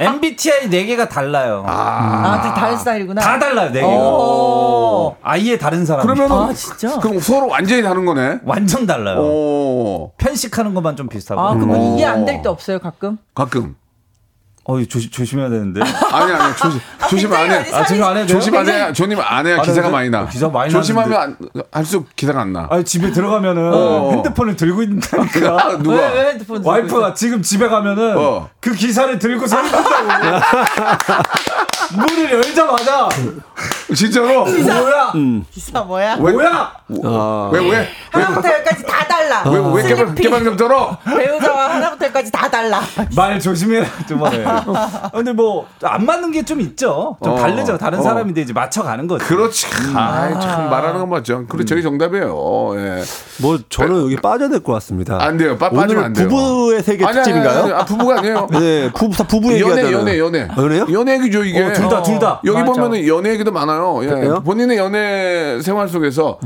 MBTI 4개가 달라요
아, 되게 다른 스타일이구나.
다 달라요 4개가
오.
아예 다른 사람
그러면
아 진짜.
그럼 서로 완전히 다른 거네.
완전 달라요
오,
편식하는 것만 좀 비슷하고
아 그럼
음.
이해 안 될 때 없어요 가끔.
가끔.
어, 이거 조심, 조심해야 되는데
아니 아니 조심 조심 안
굉장히
해.
많이
아 지금 안 해도 돼요?
조심 안 해. 조님 안 해야
안
기사가
해도
많이 나.
기사 많이
조심하면 할수 기사가 안 나.
아 집에 들어가면은
어.
핸드폰을 들고 있다니까
아, 누가?
왜, 왜 핸드폰 들고 있어?
와이프가 지금 집에 가면은
어.
그 기사를 들고 서있다고 문을 열자마자
진짜로?
뭐야
기사 뭐야?
뭐야
왜 왜? 왜?
하나부터 열까지 다 달라.
어. 왜, 왜 깨방,
아. 슬리피.
깨방금 떨어?
배우자와 하나부터 열까지 다 달라.
말 조심해라 좀 말해. 아, 어, 근데 뭐 안 맞는 게 좀 있죠. 좀
어,
다르죠. 다른
어.
사람인데 이제 맞춰가는 거죠.
그렇지. 아, 참 말하는 건 맞죠. 그래 저게 정답이에요. 예.
뭐 저는 여기 빠져야 될 것 같습니다.
안 돼요. 빠- 빠지면
아. 오늘
안 돼요.
부부의 세계
아니, 아니, 아니, 아니,
특집인가요?
아, 부부가 아니에요.
네, 부부 다 부부
연애
얘기하잖아요.
연애 연애.
아, 그래요?
연애 얘기죠 이게.
어,
어.
둘 다 둘 다.
여기
맞아.
보면은 연애 얘기도 많아요. 많아요. 예.
그래요? 네.
본인의 연애 생활 속에서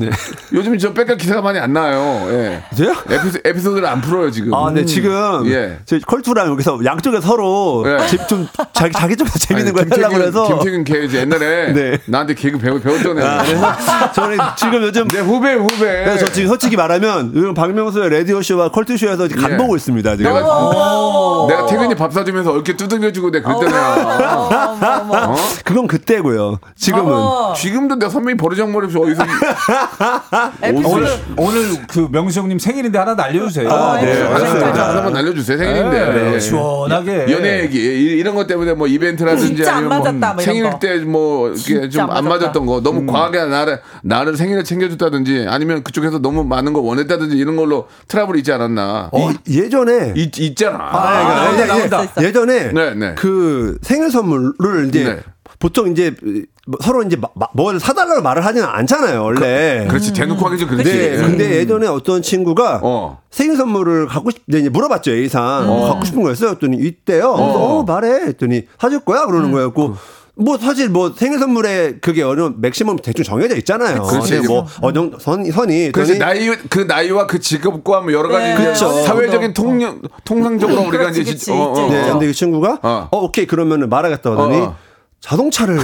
요즘 저 빽깔 기사가 많이 안 나와요. 예.
그래요?
에피소, 에피소드를 안 풀어요 지금.
네? 아, 네, 지금
음, 예.
저희 컬투랑 여기서 양쪽에 서로
예.
지- 좀 자기 자기 좀 재밌는 걸
아니,
하려고
김태균-
그래서
김태균 걔 이제 옛날에
네.
나한테 개그 배우 배웠던 애.
아, 그래서 저는 지금 요즘
내 후배 후배.
그래서 저 지금 솔직히 말하면 요즘 박명수의 라디오 쇼와 컬투 쇼에서 간
예. 어?
보고 있습니다 지금. 어.
내가 태균이 밥 사주면서 얼게 두들겨주고 내가 그랬잖아요. 어?
그건 그때고요. 지금은
어머.
지금도 내가 선배님 버르장머리 없이 어디서
에피소드
오늘 오늘 그 명수 형님 생일인데 하나 날려주세요.
아, 네,
하나
알겠습니다.
하나- 하나만 날려주세요 생일인데
네,
예.
시원하게
연애 얘기 이- 이런 것 때문에 뭐 이벤트라든지
진짜 안
아니면 뭐
맞았다, 뭐 이런
생일
거.
때 뭐 이렇게
진짜
좀
안
안
맞았다.
맞았던 거 너무 과하게 나를 나를 생일에 챙겨줬다든지 아니면 그쪽에서 너무 많은 거 원했다든지 이런 걸로 트러블이 있지 않았나
이- 예전에
있, 어, 있잖아
아,
아,
그러니까
나온다,
예-
나온다.
예전에
네, 네.
그 생일 선물을 이제
네.
보통 이제 서로 이제 마- 마- 뭘 사달라고 말을 하지는 않잖아요 원래.
그렇지 그렇죠. 대놓고 하긴 좀 그렇지
네, 근데 예전에 어떤 친구가
음. 어. 음.
생일 선물을 갖고 싶, 이제 물어봤죠, A상. 갖고 싶은 거였어요. 했더니, 이때요. 그래서,
어. 음.
어, 말해. 했더니, 사줄 거야? 그러는 거였고. 뭐 사실 뭐 생일 선물에 그게 어느 맥시멈 대충 정해져 있잖아요.
그렇지.
근데 뭐 어느 선 선이
음. 그래서
그랬더니
나이 그 나이와 그 직업과 뭐 여러 가지
네,
그냥
그쵸.
사회적인 통념 통상적으로 우리가
그렇지,
이제
그치,
지- 어, 어,
있지,
네,
어.
근데 그 친구가
어.
어, 오케이 그러면은 말하겠다 하더니
어, 어.
자동차를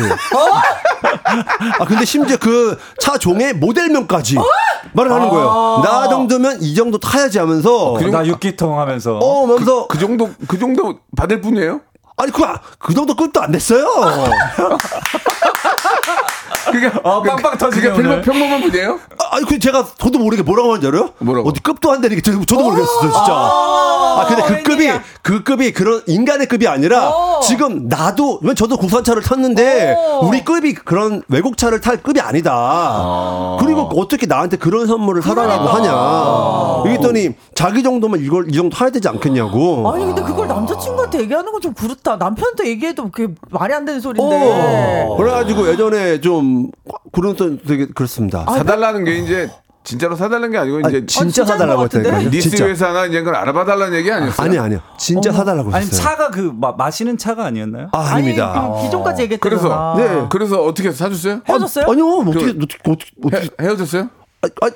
아 근데 심지어 그 차 종의 모델명까지
어?
말을
아.
하는 거예요. 나 정도면 이 정도 타야지
어,
하면서
어, 나 육기통 하면서
어 하면서
그 정도 그 정도 받을 뿐이에요?
아니 그, 아- 그 정도 끝도 안 됐어요. 아,
그러니까
어, 빵빵 터지게
그게 평범,
오늘.
평범한 분이에요?
아, 아니 그 제가 저도 모르게 뭐라고 하는지 알아요?
뭐라고?
어디 급도 안 되니까 저, 저도 모르겠어요 진짜. 아 어. 근데 그 급이
웬일이야.
그 급이 그런 인간의 급이 아니라
오.
지금 나도 왜 저도 국산차를 탔는데
오.
우리 급이 그런 외국 차를 탈 급이 어. 아니다. 그러니까. 그리고 어떻게 나한테 그런 선물을 사달라고 하냐. 이랬더니 자기 정도면 이걸 이 정도 해야 되지
네.
않겠냐고.
아니 근데 그걸 남자친구한테 얘기하는 건 좀 그렇다. 남편한테 얘기해도 그게 말이 안 되는
오.
소리인데.
어.
그래가지고 예전에 좀 그런 또 되게 그렇습니다.
사달라는 게 이제 진짜로 사달라는 게 아니고
아,
이제
진짜
진짜인
사달라고
것 같은데?
했다니까요.
니스
진짜.
회사나 이제 그걸 알아봐달라는 얘기 아니었어요?
아니 아니요. 진짜 사달라고 했어요.
아니 차가 그 마, 마시는 차가 아니었나요?
아, 아닙니다.
아니, 그 기존까지
그래서
얘기했잖아.
네. 그래서 어떻게 사줬어요?
헤어졌어요?
아니요, 뭐 어떻게, 어떻게, 어떻게, 어떻게
그 헤, 어졌어요
아, 아,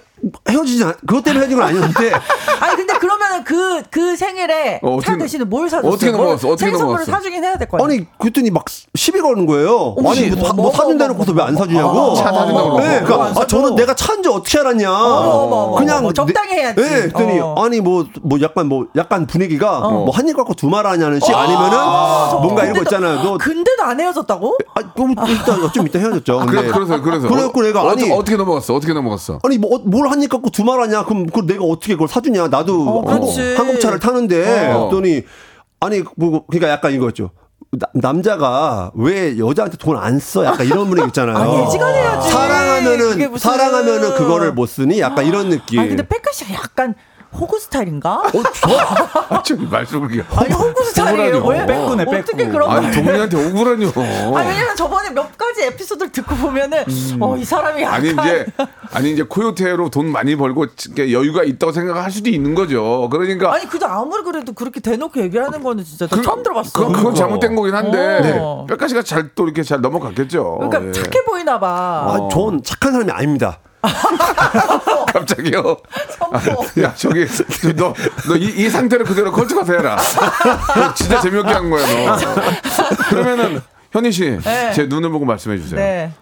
헤어지지 않, 그것 때문에 헤어진 건 아니었는데.
아니 근데 그러면 그그 생일에
어, 어떻게-
차 대신에 뭘 사줬어요?
어떻게 넘어갔어?
뭘-
어떻게
생일 선물을
넘어갔어?
사주긴 해야 될 거 아니에요?
아니, 그랬더니 막 시비 거는 거예요. 아니, 뭐, 사- 뭐 사준다 놓고서 왜 안 사주냐고.
차 사준다고 그러고.
네,
아, 어,
그러니까,
안
아,
사줘.
저는 내가 차인지 어떻게 알았냐.
어머,
그냥.
어머, 적당히
내-
해야지.
네, 그랬더니,
어.
아니, 뭐, 뭐, 약간 뭐, 약간 분위기가 뭐, 한 입 갖고 두 말 하냐는 시 아니면은 뭔가 이런 거 있잖아요. 너,
근데도 안 헤어졌다고?
아, 좀 이따, 좀 이따 헤어졌죠.
아, 그래,
근데.
그래서 그래서
그래갖고 내가
어,
아니-
어, 어떻게 넘어갔어? 어떻게 넘어갔어?
아니 뭐 뭘 한 입 갖고 두 말 하냐 그럼 그 내가 어떻게 그걸 사주냐 나도
어,
한국,
그렇지.
한국차를 타는데
어.
그랬더니 아니 뭐 그러니까 약간 이거죠 나- 남자가 왜 여자한테 돈 안 써? 약간 이런 분위기 있잖아요.
어.
아니, 예지간해야지. 그게
사랑하면은
무슨-
사랑하면는 그거를 못 쓰니 약간 이런 느낌.
아니 근데 백가 씨가 약간 호구 스타일인가?
어, 아, 지금 말씀을 이렇게.
아니 호구 스타일이에요.
억울하죠.
왜?
빼꾸네,
어떻게
빼꾸.
그런
아니
걸?
동민한테 어. 억울하뇨.
아 왜냐면 저번에 몇 가지 에피소드를 듣고 보면은 어 이 사람이 약간
음. 아니 이제 아니 이제 코요테로 돈 많이 벌고 이렇게 여유가 있다고 생각할 수도 있는 거죠. 그러니까
아니 그저 아무리 그래도 그렇게 대놓고 얘기하는 거는 진짜 나
그-
처음 들어봤어.
그건, 그건 잘못된 거긴 한데 네.
어.
뼈까지가 잘 또 이렇게 잘 넘어갔겠죠.
그러니까
예.
착해 보이나 봐.
아, 전 착한 사람이 아닙니다.
갑자기요. 아,
성공.
야 저기 너너이 이 상태를 그대로 컬트가서 해라. 너 진짜 재미없게 한 거야 너. 그러면은 현희 씨 제
네.
눈을 보고 말씀해 주세요.
네.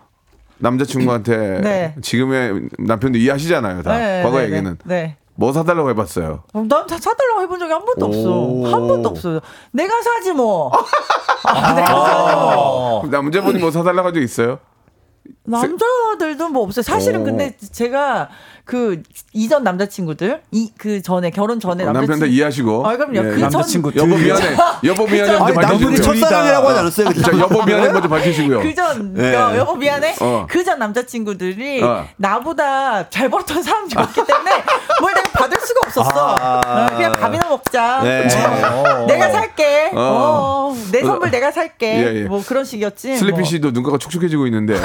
남자친구한테
네.
지금의 남편도 이해하시잖아요 다
네,
과거
네,
얘기는
네.
뭐 사달라고 해봤어요.
네. 난 사- 사달라고 해본 적이 한 번도 없어. 한 번도 없어. 내가 사지 뭐. 아, 내가 사지 뭐.
어.
남자분이 뭐 사달라고 한 적 있어요?
남자들도 뭐 없어요. 사실은
오.
근데 제가 그 이전 남자친구들 이 그 전에 결혼 전에
어, 남편도
남자친구-
이해하시고.
아, 그럼요.
예.
그
남자친구
전-
여보 미안해. 여보 미안해. 먼저
아니 그 남들이
밝히시고요.
첫사랑이라고 하지 않았어요. 그때?
자, 아, 여보 미안해 먼저 밝히시고요.
그전
예.
어, 여보 미안해
어.
그전 남자친구들이
어.
나보다 잘 벌었던 사람들이 없기 때문에 뭘 내가 받을 수가 없었어
아.
어, 그냥 밥이나 먹자
네.
어. 내가 살게
예. 어.
어, 내 선물 내가 살게
예, 예.
뭐 그런 식이었지
슬리피
뭐.
씨도 눈가가 촉촉해지고 있는데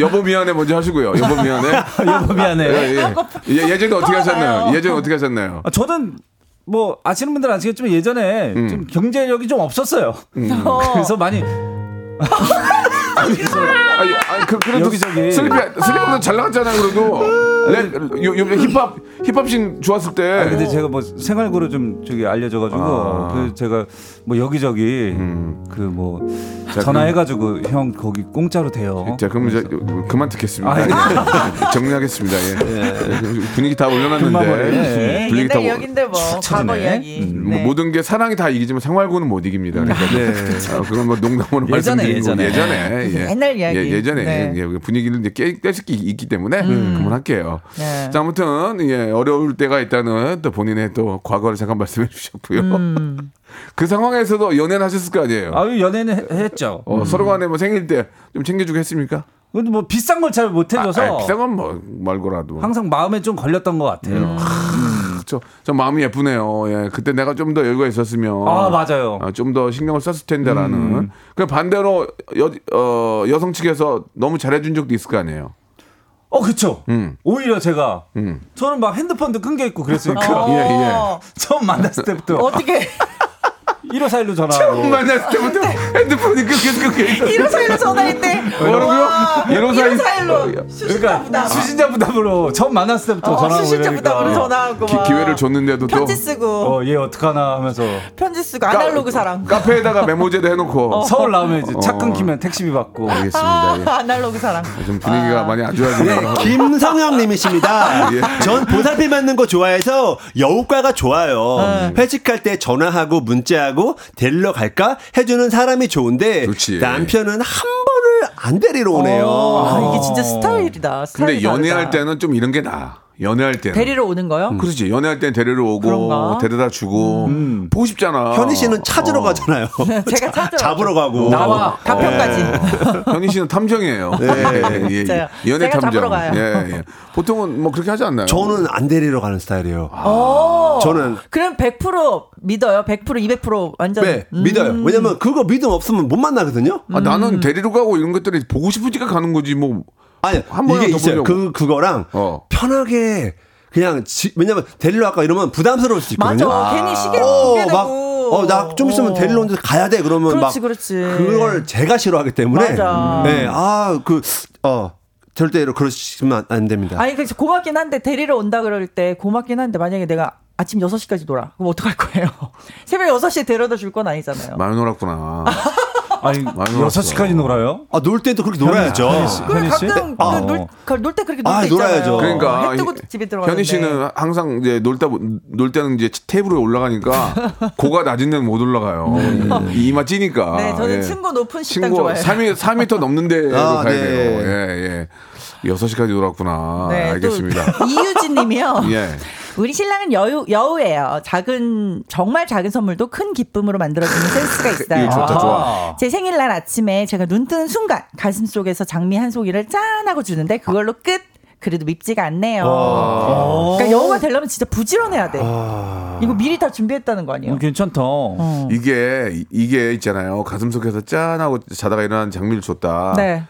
여보 미안해 먼저 하시고요. 여보 미안해.
여보 미안해.
예, 예. 예, 예전에 어떻게 하셨나요? 예전에 어떻게 하셨나요?
아, 네. 저는 뭐 아시는 분들은 아시겠지만
음.
그
예전에 좀 경제력이 좀 없었어요.
어.
그래서 많이
아니, 아니 그, 그래도 슬리피
여기저기.
슬리피도 잘 나갔잖아요. 그래도 랩, 요, 요, 힙합 힙합씬 좋았을 때.
아, 근데 제가 뭐 생활고로 좀 저기 알려져가지고
아.
그 제가 뭐 여기저기 그 뭐
자,
전화해가지고 형 거기 공짜로 돼요.
예, 자 그럼 이제 그만 듣겠습니다.
아,
예. 정리하겠습니다. 예. 분위기 다
금방 예.
올려놨는데
버리네.
분위기 다
옛날
올-
얘긴데 뭐 과거
쳐지네. 음. 네.
이야기.
뭐
네.
모든 게 사랑이 다 이기지만 생활고는 못 이깁니다. 그러니까 아, 그건 뭐 농담으로
예전에,
말씀드린 거고
예전에. 네.
예전에 예.
옛날 이야기.
예, 예전에
네.
예, 분위기를 이제 깨, 깰 수기 있기 때문에
음.
그만할게요.
네.
자 아무튼 예, 어려울 때가 있다는 또 본인의 또 과거를 잠깐 말씀해 주셨고요. 그 상황에서도 연애는 하셨을 거 아니에요.
음. 아유 음. 연애는 해- 했죠.
어, 서로 간에 뭐 생일 때 좀 챙겨주고 했습니까?
근데 뭐 비싼 걸 잘 못 해줘서
아, 아, 비싼 건 음. 뭐 말고라도.
항상 마음에 좀 걸렸던 것 같아요.
저, 저 마음이 예쁘네요. 예, 그때 내가 좀 더 여유가 있었으면.
아, 맞아요.
좀 더 신경을 썼을 텐데라는. 그 반대로 여, 어, 여성 측에서 너무 잘해준 적도 있을 거 아니에요.
어 그쵸.
음.
오히려 제가
음.
저는 막 핸드폰도 끊겨 있고 그랬으니까
어,
예, 예.
처음 만났을 때부터
어떻게
1541로 전화하고
만났을 어, 때부터
네.
핸드폰이 그 계속 끊겨 있어.
1541로 전화했대.
뭐라고요? 어,
와,
1541
1541로 수신자
그러니까
부담.
수신자 부담으로 처음 만났을 때부터
어,
전화하고
수신자
이러니까.
부담으로 전화하고 막.
기, 회를 줬는데도 또
편지 쓰고
어, 얘 어떡하나 하면서
편지 쓰고 아날로그 어. 사랑.
카페에다가 메모제도 해놓고.
서울 나오면 이제 차
어.
끊기면 택시비 받고
알겠습니다. 예.
아, 아날로그 사랑.
좀 분위기가 많이 안 좋아지네요.
김성형님이십니다.
예.
전 보살핌 받는 거 좋아해서 여우과가 좋아요. 회식할 때 전화하고 문자하고 데리러 갈까 해주는 사람이 좋은데
좋지.
남편은 한 번을 안 데리러
아,
오네요.
어.
이게 진짜 스타일이다. 스타일이
근데 연애할
다르다.
때는 음. 좀 이런 게 나아. 연애할 때는.
데리러 오는 거요?
그렇지. 연애할 땐 데리러 오고
그런가? 음.
데려다 주고 보고 싶잖아.
현희 씨는 찾으러
어.
가잖아요.
제가 찾으러
잡으러
가죠.
가고.
나와 가평까지.
어. 네. 현희 씨는 탐정이에요.
네.
예, 예,
진짜요.
예. 연애
제가
탐정.
잡으러 가요.
예, 예. 보통은 뭐 그렇게 하지 않나요?
저는 안 데리러 가는 스타일이에요.
아.
오.
저는
그럼 100% 믿어요. 100% 200% 완전.
네,
음.
믿어요. 왜냐면 그거 믿음 없으면 못 만나거든요.
아, 나는 데리러 가고 이런 것들이 보고 싶으니까 가는 거지 뭐.
아니
한 번이라도
이게 있어요.
보려고.
그 그거랑
어.
편하게 그냥 지- 왜냐면 데리러 갈까 이러면 부담스러울 수 있거든요.
맞아. 괜히 시계를 보게 되고.
어, 어막어나 좀 있으면
어.
데리러 온데 가야 돼 그러면
그렇지,
막
그렇지.
그걸 제가 싫어하기 때문에 음. 네.
맞아.
네아그어 절대로 그러시면 안, 안 됩니다.
아니 그 고맙긴 한데 데리러 온다 그럴 때 고맙긴 한데 만약에 내가 아침 6시까지 놀아. 그럼 어떡할 거예요? 새벽 6시에 데려다 줄 건 아니잖아요.
많이 놀았구나.
어.
아니
많이 놀았어.
6시까지 놀아요?
아 놀 때도 그렇게 네. 놀아야죠.
그럼
현희 씨?
가끔
아, 어.
놀때 그렇게 놀
아,
때 있잖아요.
놀아야죠.
그러니까
해 뜨고
현-
집에 들어가는데.
현희 씨는 항상 이제 놀다 보- 놀 때는 이제 테이블에 올라가니까 고가 낮은 데는 못 올라가요. 이- 이마 찌니까.
음. 네, 저는
예.
층고 높은 식당 좋아해요.
3미, 4미터 넘는 데로
아,
가야
네.
돼요. 예, 예. 6시까지 놀았구나. 아, 알겠습니다.
네, 또 이유진 님이요.
예.
우리 신랑은 여우, 여우예요. 작은, 정말 작은 선물도 큰 기쁨으로 만들어주는 센스가 있어요.
이거 좋다, 좋아.
아.
제 생일날 아침에 제가 눈 뜨는 순간 가슴 속에서 장미 한 송이를 짠 하고 주는데 그걸로 끝. 그래도 밉지가 않네요.
아.
어,
그러니까 여우가 되려면 진짜 부지런해야 돼. 이거 미리 다 준비했다는 거
음,
아니에요?
괜찮다.
어.
이게 이게 있잖아요. 가슴 속에서 짠하고 자다가 일어난 장미를 줬다.
네.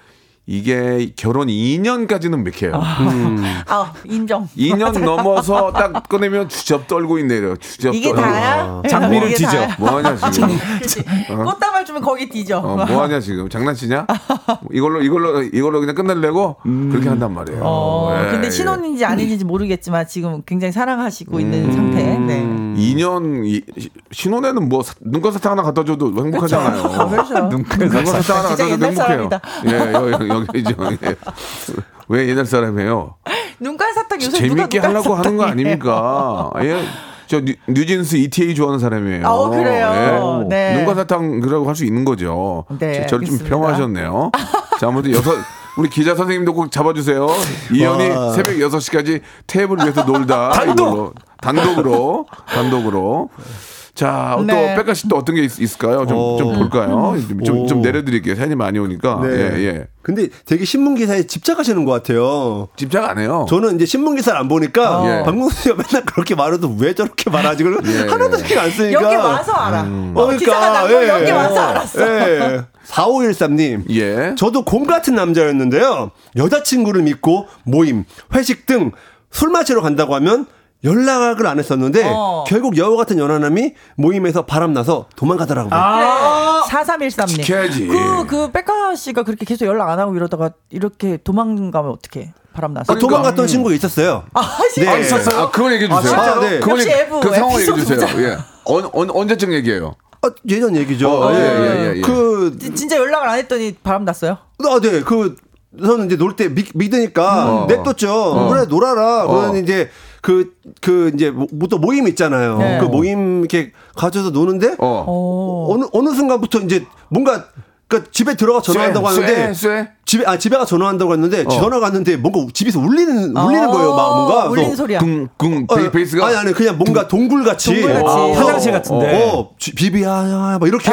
이게 결혼 2년까지는 맥혀요.
아 인정.
2년 넘어서 딱 꺼내면 주접 떨고 있네요. 주접
이게
떨고. 어,
다야? 네, 아,
장미를
이게
뒤져.
다야?
뭐하냐 지금?
그치. 꽃다발 주면 거기 뒤져.
어, 뭐하냐 지금? 장난치냐? 뭐 이걸로 이걸로 이걸로 그냥 끝낼려고 그렇게 한단 말이에요.
음. 어,
예,
근데
예.
신혼인지 아닌지 모르겠지만 지금 굉장히 사랑하시고
음.
있는 상태. 네.
2년 이- 신혼에는 뭐 사- 눈꽃 사탕 하나 갖다 줘도 행복하잖아요.
그렇죠.
눈꽃 사탕 하나 갖다
진짜
줘도
옛날
행복해요.
사람이다.
예, 여기 여기죠. 예. 왜 옛날 사람이에요?
눈깔 사탕 요새 누가
재밌게
눈깔
하려고 하는 거
사탕이에요?
아닙니까? 예. 저 뉴, 뉴진스 ETA 좋아하는 사람이에요. 예.
어, 그래요? 네.
눈과 사탕 그라고 할 수 있는 거죠.
네,
저- 저를 좀
알겠습니다.
평화하셨네요. 자, 아무튼 여섯 우리 기자 선생님도 꼭 잡아주세요. 이현이 새벽 6시까지 테이블 위에서 놀다.
단독!
이걸로. 단독으로. 단독으로. 자, 또
네.
백가씨 또 어떤 게 있, 을까요 좀, 좀 볼까요? 좀, 좀, 좀
오.
내려드릴게요. 사연이 많이 오니까.
네.
예, 예.
근데 되게 신문 기사에 집착하시는 것 같아요.
집착 안 해요.
저는 이제 신문 기사를 안 보니까
아.
예.
박명수 씨가 맨날 그렇게 말해도 왜 저렇게 말하지? 그걸
예.
하나도 신경 안 쓰니까.
여기 와서 알아.
음.
어,
어, 기사가 난거
예.
여기 와서 알았어.
예. 4513님.
예.
저도 곰 같은 남자였는데요. 여자친구를 믿고 모임, 회식 등 술 마시러 간다고 하면 연락을 안 했었는데
어.
결국 여우 같은 연하남이
아,
모임에서 바람나서 도망가더라고요.
아, 4313님.
예.
지켜야지.
그, 그, 백화 씨가 그렇게 계속 연락 안 하고 이러다가 이렇게 도망가면 어떡해. 바람 나서.
그러니까.
아,
음.
도망갔던 친구가 있었어요.
아,
네.
네.
있었어요?
아, 그건 얘기해 주세요.
아, 진짜로?
그건
역시
얘기-
F,
그 상황 얘기해
에피소드
주세요. 예. 언, 언, 언제쯤 얘기해요?
아, 예전 얘기죠.
어, 예, 예, 예, 예.
그,
지- 진짜 연락을 안 했더니 바람 났어요.
아, 네, 그, 저는 이제 놀 때 믿으니까
어.
냅뒀죠. 그래, 놀아라. 그러면 이제 그, 그, 이제, 뭐, 또 모임 있잖아요.
네.
그 모임 이렇게 가져서 노는데,
어.
오.
어느, 어느 순간부터 이제 뭔가, 그니까 집에 들어가 전화한다고
쇠, 어.
하는데,
쇠, 쇠?
집에, 아, 집에 가 전화한다고 했는데, 전화 갔는데 뭔가 집에서 어, 울리는, 울리는 거예요. 막 뭔가.
아, 울리는
그래서
소리야. 아-
쿵, 쿵, 베-
어,
베이스가?
아니 아니 그냥 뭔가 동굴같이
동굴같이.
어,
화장실 같은데.
어, 어, 지- 비비야 야, 막 이렇게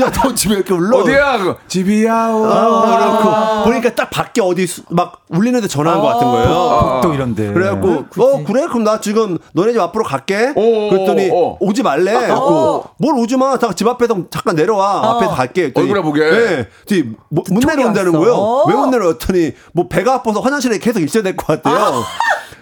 야너 집에 왜 이렇게 울러
어디야? 그거? 집이야. 오.
아, 그렇고 보니까 딱 밖에 어디 수- 막 울리는 데 전화한 것 같은 거예요
또 이런데.
그래갖고 어 그래 그럼 나 지금 너네 집 앞으로 갈게
오,
그랬더니
오, 오.
오지 말래 그래갖고 뭘 오지 마집 앞에 잠깐 내려와 앞에 갈게 그랬더니,
얼굴에 보게.
네. 그랬더니 뭐- 못
저기
내려온다는
왔어.
거예요 왜 못 내려왔더니 뭐 배가 아파서 화장실에 계속 있어야 될 것 같대요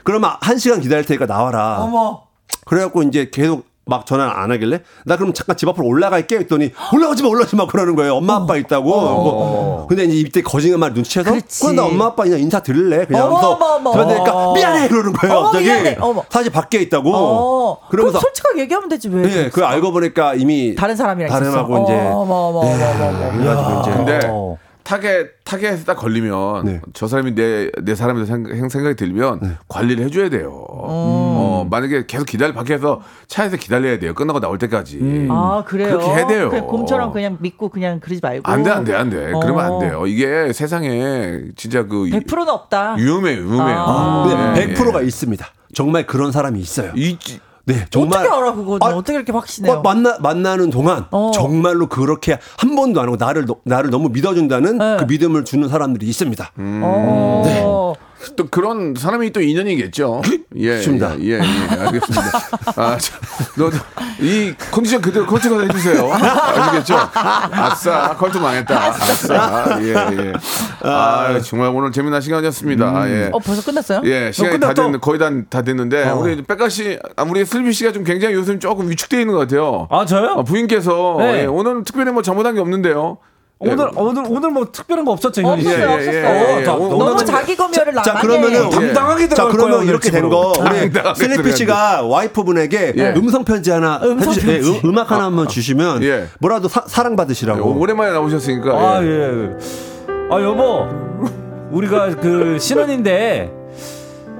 그러면 한 시간 기다릴 테니까 나와라
어머.
그래갖고 이제 계속 막 전화를 안 하길래 나 그럼 잠깐 집 앞으로 올라갈게 했더니 올라오지 마 올라오지 마 그러는 거예요 엄마 아빠 있다고 뭐. 근데 이제 이때 거짓말 눈치채서
어. 그렇지.
그럼 나 엄마 아빠 그냥 인사 드릴래 그냥
어머,
하면서
어머, 어머.
그러니까 미안해 그러는 거예요
어머,
갑자기
미안해. 어머.
사실 밖에 있다고
어. 그럼
그러면서
솔직하게 얘기하면 되지 왜?
예, 그 알고 보니까 이미
다른 사람이랑
다른
있었어. 뭐,
하고 이제 네.
어머 어머 어머 어머. 어머.
그래가지고 이제
근데
어.
타겟 타겟에 딱 걸리면
네.
저 사람이 내 내 사람이다 생각- 생각이 들면 관리를 해줘야 돼요. 어, 만약에 계속 기다려 밖에서 차에서 기다려야 돼요. 끝나고 나올 때까지.
아 그래요.
그렇게 해야 돼요.
그냥 곰처럼 그냥 믿고 그냥 그러지 말고.
안 돼, 안 돼, 안 돼.
어.
그러면 안 돼요. 이게 세상에 진짜 그
100%는 없다.
위험해요, 위험해요.
아.
근데
예,
100%가
예.
네, 있습니다 정말 그런 사람이 있어요
있지.
네 정말
어떻게 알아 그거는
아,
어떻게 이렇게 확신해요?
막 만나 만나는 동안
어.
정말로 그렇게 한 번도 안 하고 나를 너- 나를 너무 믿어준다는
네.
그 믿음을 주는 사람들이 있습니다.
어.
네.
또 그런 사람이 또 인연이겠죠. 예,
좋습니다.
예, 예, 예, 알겠습니다. 아, 저, 너, 너, 이 컨디션 그대로 컨트롤 해주세요. 아시겠죠? 아싸, 컨트 망했다. 아싸, 예, 예. 아, 정말 오늘 재미난
음.
시간이었습니다. 예.
어 벌써 끝났어요?
예, 시간이 다 됐는데, 거의 다, 다 됐는데,
어.
우리 백가 씨, 아, 우리 슬비 씨가 좀 굉장히 요즘 조금 위축되어 있는 것 같아요.
아 저요?
어, 부인께서
네.
예, 오늘 특별히 뭐 잘못한 게 없는데요. 예,
오늘 오늘 오늘 뭐 특별한 거 없었죠 현희 씨.
예, 예, 예, 예, 예.
어, 자,
오늘-
너무
오늘-
자기 검열을 나만
자 그러면은
예.
당당하게
자
들어갈 거예요,
그러면
오늘
이렇게 된
집으로.
거 우리
당당하게
슬리피
들어가야
씨가 와이프분에게
예.
음성 편지 하나 해주시, 예, 음, 음악 하나 한번 주시면
예.
뭐라도 사, 랑
예,
받으시라고.
오랜만에 나오셨으니까.
아
예.
예. 아 여보, 우리가 그 신혼인데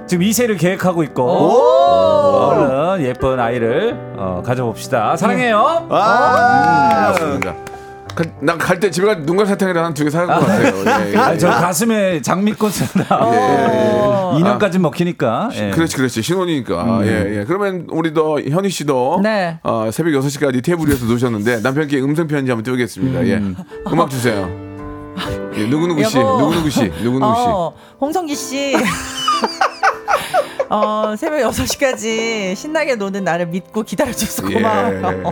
지금 이세를 계획하고 있고 얼른 예쁜 아이를 어, 가져봅시다. 사랑해요.
음.
아,
맞습니다. 그, 난갈 때 집에 갈 때 눈깔 사탕이랑 한 두 개 사갈 것 같아요. 예, 예.
아, 저 가슴에 장미꽃이나
예, 예, 그렇죠. 예.
2년까지 먹히니까. 예.
그렇지, 그렇지. 신혼이니까. 예, 예. 그러면 우리도 현희 씨도
네.
어, 새벽 6시까지 테이블 위에서 노셨는데 남편께 음성 편지 한번 띄우겠습니다. 예. 음악 주세요. 예, 누구누구 씨,
여보.
누구누구 씨, 누구누구 씨.
어, 홍성기 씨. 어, 새벽 6시까지 신나게 노는 나를 믿고 기다려줘서
예.
고마워요.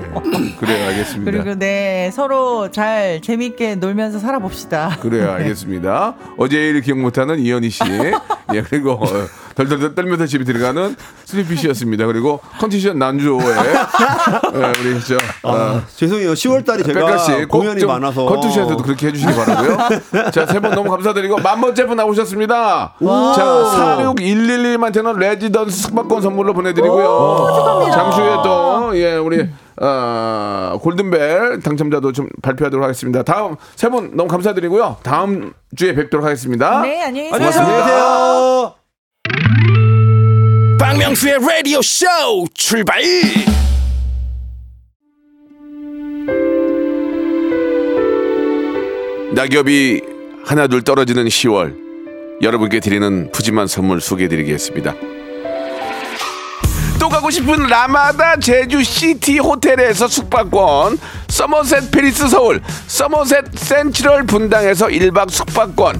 그래요, 알겠습니다.
그리고 네, 서로 잘 재밌게 놀면서 살아봅시다.
그래요, 알겠습니다. 어제 일을 기억 못하는 이현희 씨. 예, 그리고 어, 덜덜덜 떨면서 집에 들어가는 슬리피 씨였습니다. 그리고 컨디션 난조의 예, 우리 저 어,
죄송해요. 10월 달이
백가
제가
씨,
공연이 많아서
컨투시에서도 그렇게 해주시기 바라고요. 자, 세 분 너무 감사드리고 만 번째 분 나오셨습니다.
와우.
자, 46111만테는 레지던스 숙박권 선물로 보내드리고요. 잠시 후에 또 예, 우리 어, 골든벨 당첨자도 좀 발표하도록 하겠습니다. 다음 세 분 너무 감사드리고요. 다음 주에 뵙도록 하겠습니다.
네, 안녕히 계세요.
아, 고맙습니다.
안녕하세요.
박명수의 라디오 쇼 출발
낙엽이 하나둘 떨어지는 10월 여러분께 드리는 푸짐한 선물 소개해드리겠습니다. 또 가고 싶은 라마다 제주 시티 호텔에서 숙박권, 서머셋 페리스 서울, 서머셋 센트럴 분당에서 1박 숙박권,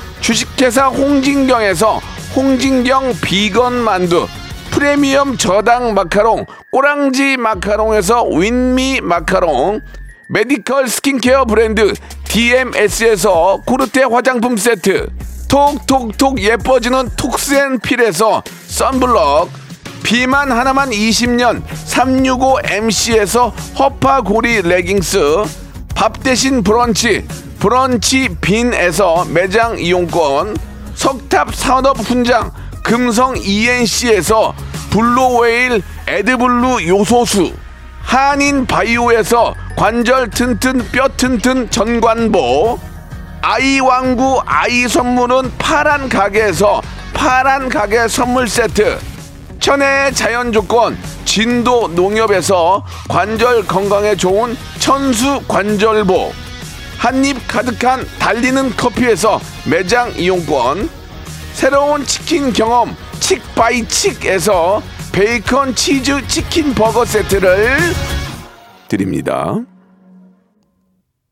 주식회사 홍진경에서 홍진경 비건 만두 프리미엄 저당 마카롱 꼬랑지 마카롱에서 윈미 마카롱 메디컬 스킨케어 브랜드 DMS에서 코르테 화장품 세트 톡톡톡 예뻐지는 톡스앤필에서 썬블럭 비만 하나만 20년 365MC에서 허파고리 레깅스 밥 대신 브런치 브런치 빈에서 매장 이용권 석탑 산업 훈장 금성 ENC에서 블루웨일 에드블루 요소수 한인 바이오에서 관절 튼튼 뼈 튼튼 전관보 아이 왕구 아이 선물은 파란 가게에서 파란 가게 선물 세트 천혜의 자연 조건 진도 농협에서 관절 건강에 좋은 천수 관절보 한입 가득한 달리는 커피에서 매장 이용권 새로운 치킨 경험 칙바이칙에서 베이컨 치즈 치킨 버거 세트를 드립니다.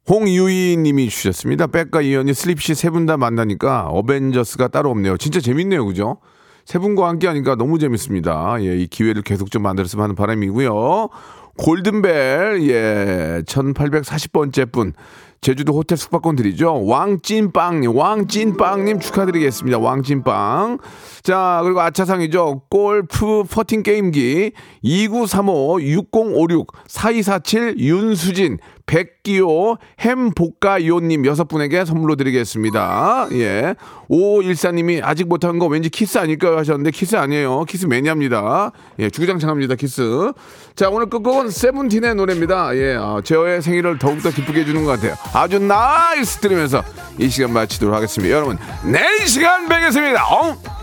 홍유희 님이 주셨습니다. 백과 이현이 슬립시 세 분 다 만나니까 어벤져스가 따로 없네요. 진짜 재밌네요. 그죠? 세 분과 함께 하니까 너무 재밌습니다. 예, 이 기회를 계속 좀 만들었으면 하는 바람이고요. 골든벨 예, 1840번째 분 제주도 호텔 숙박권 드리죠. 왕찐빵님, 왕찐빵님 축하드리겠습니다. 왕찐빵. 자, 그리고 아차상이죠. 골프 퍼팅 게임기 2935 6056 4247 윤수진 백기호 햄볶아요님 여섯 분에게 선물로 드리겠습니다. 예. 5514님이 아직 못한 거 왠지 키스 아닐까요 하셨는데 키스 아니에요. 키스 매니아입니다. 예, 주구장창합니다. 키스. 자, 오늘 끝곡은 세븐틴의 노래입니다. 예, 아, 제어의 생일을 더욱더 기쁘게 해주는 것 같아요. 아주 나이스 들으면서 이 시간 마치도록 하겠습니다. 여러분, 내일 이 시간 뵙겠습니다. 엉!